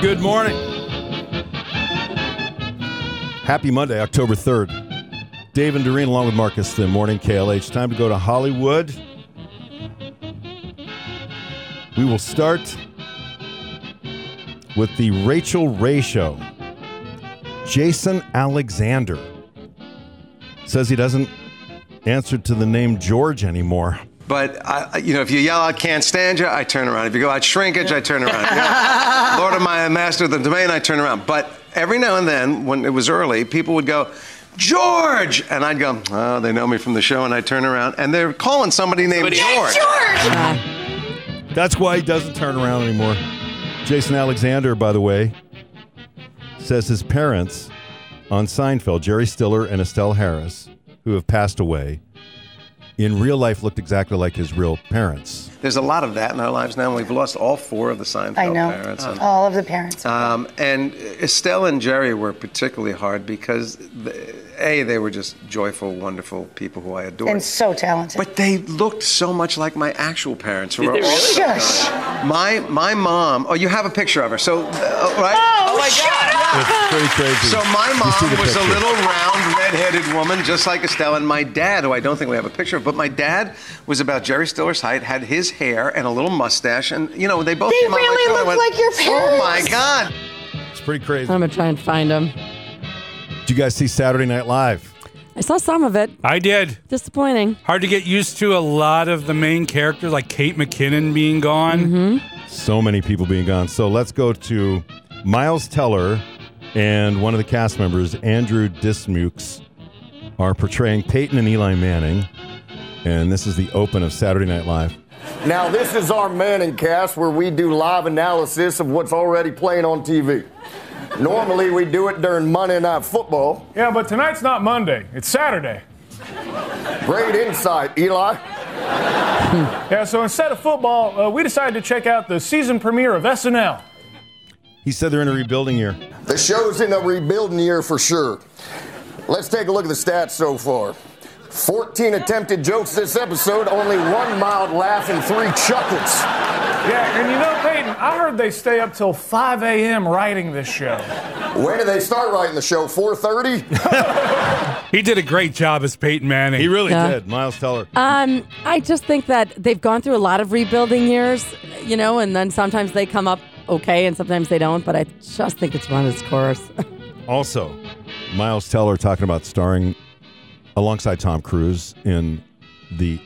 Good morning. Happy Monday, October 3rd. Dave and Doreen, along with Marcus, the morning KLH. Time to go to Hollywood. We will start with the Rachel Ray show. Jason Alexander says he doesn't answer to the name George anymore. But I, I- you know, if you yell out "can't stand you," I turn around. If you go out shrinkage, I turn around. You know, Lord of my master of the domain, I turn around. But every now and then, when it was early, people would go, "George," and I'd go, "Oh, they know me from the show," and I turn around, and they're calling somebody named George. That's why he doesn't turn around anymore. Jason Alexander, by the way, says his parents on Seinfeld, Jerry Stiller and Estelle Harris, who have passed away, in real life looked exactly like his real parents. There's a lot of that in our lives now. and We've lost all four of the Seinfeld I know. Oh. parents. and- All of the parents. Um, and Estelle and Jerry were particularly hard because, the, A, they were just joyful, wonderful people who I adored. and so talented. But they looked so much like my actual parents. Who were they also really? gone. Shush. My my mom. Oh, you have a picture of her. So, uh, right? Oh, shut up! It's pretty crazy. So my You see mom the was a picture. little round, red-headed woman, just like Estelle, and my dad, who I don't think we have a picture of, but my dad was about Jerry Stiller's height, had his hair and a little mustache, and you know they both. They came out my really show, and look I went, like your Oh my parents." God! It's pretty crazy. I'm gonna try and find him. Did you guys see Saturday Night Live? I saw some of it. I did. Disappointing. Hard to get used to a lot of the main characters, like Kate McKinnon being gone. So many people being gone. So let's go to Miles Teller and one of the cast members, Andrew Dismukes, are portraying Peyton and Eli Manning. And this is the open of Saturday Night Live. Now, this is our Manning cast where we do live analysis of what's already playing on TV. Normally, we do it during Monday Night Football. Yeah, but tonight's not Monday. It's Saturday. Great insight, Eli. Yeah, so instead of football, uh, we decided to check out the season premiere of SNL. He said they're in a rebuilding year. The show's in a rebuilding year for sure. Let's take a look at the stats so far 14 attempted jokes this episode, only one mild laugh and three chuckles. Yeah, and you know, Peyton, I heard they stay up till 5 a.m. writing this show. When do they start writing the show? 4.30? He did a great job as Peyton Manning. He really Yeah. did, Miles Teller. Um, I just think that they've gone through a lot of rebuilding years, you know, and then sometimes they come up okay and sometimes they don't. But I just think it's run its course. also, Miles Teller talking about starring alongside Tom Cruise in the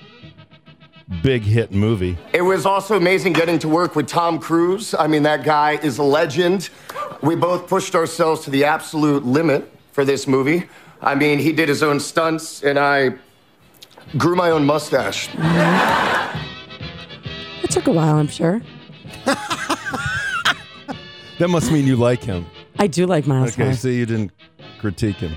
big hit movie. It was also amazing getting to work with Tom Cruise. I mean, that guy is a legend. We both pushed ourselves to the absolute limit for this movie. I mean, he did his own stunts, and I grew my own mustache. it took a while, I'm sure. That must mean you like him. I do like Miles Okay, Teller. so you didn't critique him.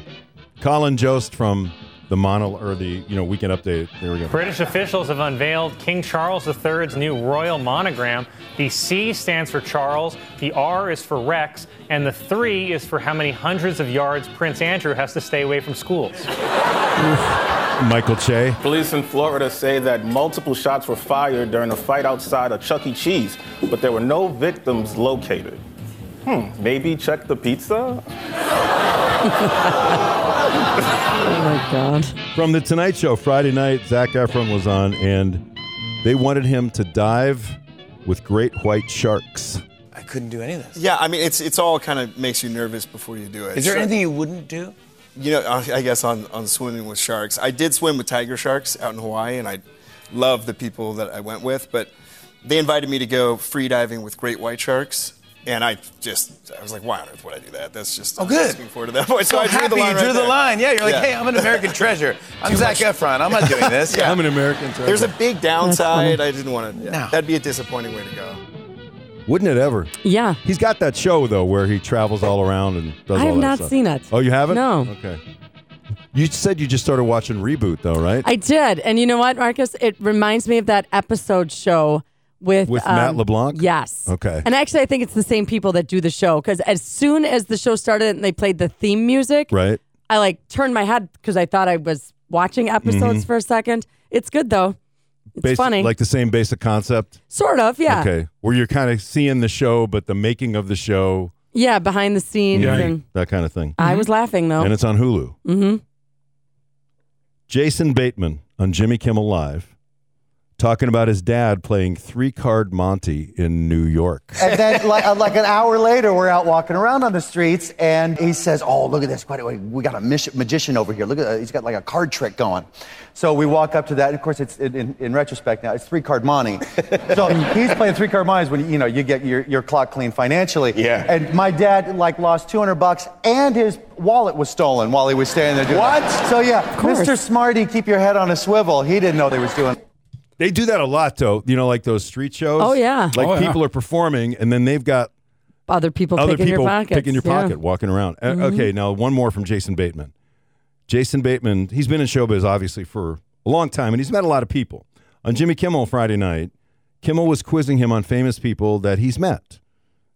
Colin Jost from the Monol or the you know Weekend Update. There we go. British officials have unveiled King Charles III's new royal monogram. The C stands for Charles, the R is for Rex, and the 3 is for how many hundreds of yards Prince Andrew has to stay away from schools. Michael Che. Police in Florida say that multiple shots were fired during a fight outside a Chuck E. Cheese, but there were no victims located. Hmm, maybe check the pizza? oh my God. From the Tonight Show Friday night, Zach Efron was on, and they wanted him to dive with great white sharks. I couldn't do any of this. Yeah, I mean, it's it's all kind of makes you nervous before you do it. Is there Sure. anything you wouldn't do? You know, uh, I I guess on, on swimming with sharks. I did swim with tiger sharks out in Hawaii, and I love the people that I went with. But they invited me to go free diving with great white sharks, and I just I was like, why on earth would I do that? That's just Oh, good. I'm looking forward to that point. So, So I drew happy the line you drew right the there. line. Yeah, you're like, Yeah. hey, I'm an American treasure. I'm Zach Efron. I'm not doing this. Yeah. I'm an American. Sorry. There's a big downside. I didn't want to. No. That'd be a disappointing way to go. Wouldn't it ever? Yeah. He's got that show though where he travels all around and does I all have that not stuff. seen it. Oh, you haven't? No. Okay. You said you just started watching Reboot though, right? I did. And you know what, Marcus? It reminds me of that episode show with um, With Matt LeBlanc? Yes. Okay. And actually, I think it's the same people that do the show because as soon as the show started and they played the theme music, right. I like turned my head because I thought I was watching episodes for a second. It's good though. It's Mm-hmm. Basi- funny. Like the same basic concept. sort of, yeah. Okay. Where you're kind of seeing the show, but the making of the show, Yeah, behind the scenes. And that kind of thing. I was laughing though. Mm-hmm. And it's on Hulu. hmm Jason Bateman on Jimmy Kimmel Live talking about his dad playing three card Monty in New York. And then, like, uh, like an hour later, we're out walking around on the streets, and he says, "Oh, look at this! Quite a, we got a mis- magician over here. Look at uh, he's got like a card trick going." So we walk up to that. And of course, it's in, in, in retrospect now, it's three card money. so he's playing three card monies when you know you get your, your clock clean financially. Yeah. And my dad like lost 200 bucks, and his wallet was stolen while he was standing there doing What? That. So yeah, course. Mr. Smarty, keep your head on a swivel. He didn't know they was doing. They do that a lot, though. You know, like those street shows. Oh, yeah. Like Oh, yeah. people are performing, and then they've got Other people other picking people your pockets. picking your yeah. pocket, walking around. Uh, Mhm. Okay, now one more from Jason Bateman. Jason Bateman, he's been in showbiz obviously for a long time, and he's met a lot of people. On Jimmy Kimmel Friday night, Kimmel was quizzing him on famous people that he's met,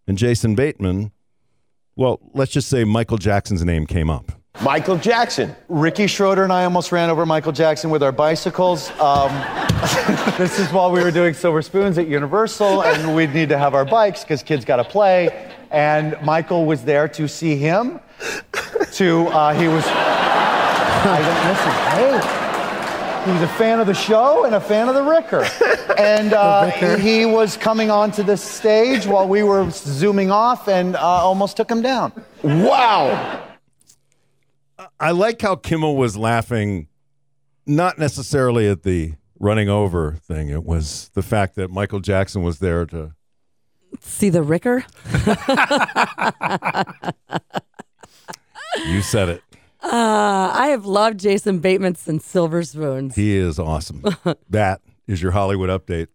and Jason Bateman, well, let's just say Michael Jackson's name came up. Michael Jackson. Ricky Schroeder and I almost ran over Michael Jackson with our bicycles. Um, this is while we were doing Silver Spoons at Universal, and we'd need to have our bikes because kids got to play. And Michael was there to see him. To uh, he was. I don't listen. Hey. He was a fan of the show and a fan of the Ricker. And uh, he was coming onto the stage while we were zooming off and uh, almost took him down. Wow. I like how Kimmel was laughing, not necessarily at the running over thing. It was the fact that Michael Jackson was there to. See the Ricker? You said it. Uh, I have loved Jason Bateman since Silver Spoons. He is awesome. that is your Hollywood update.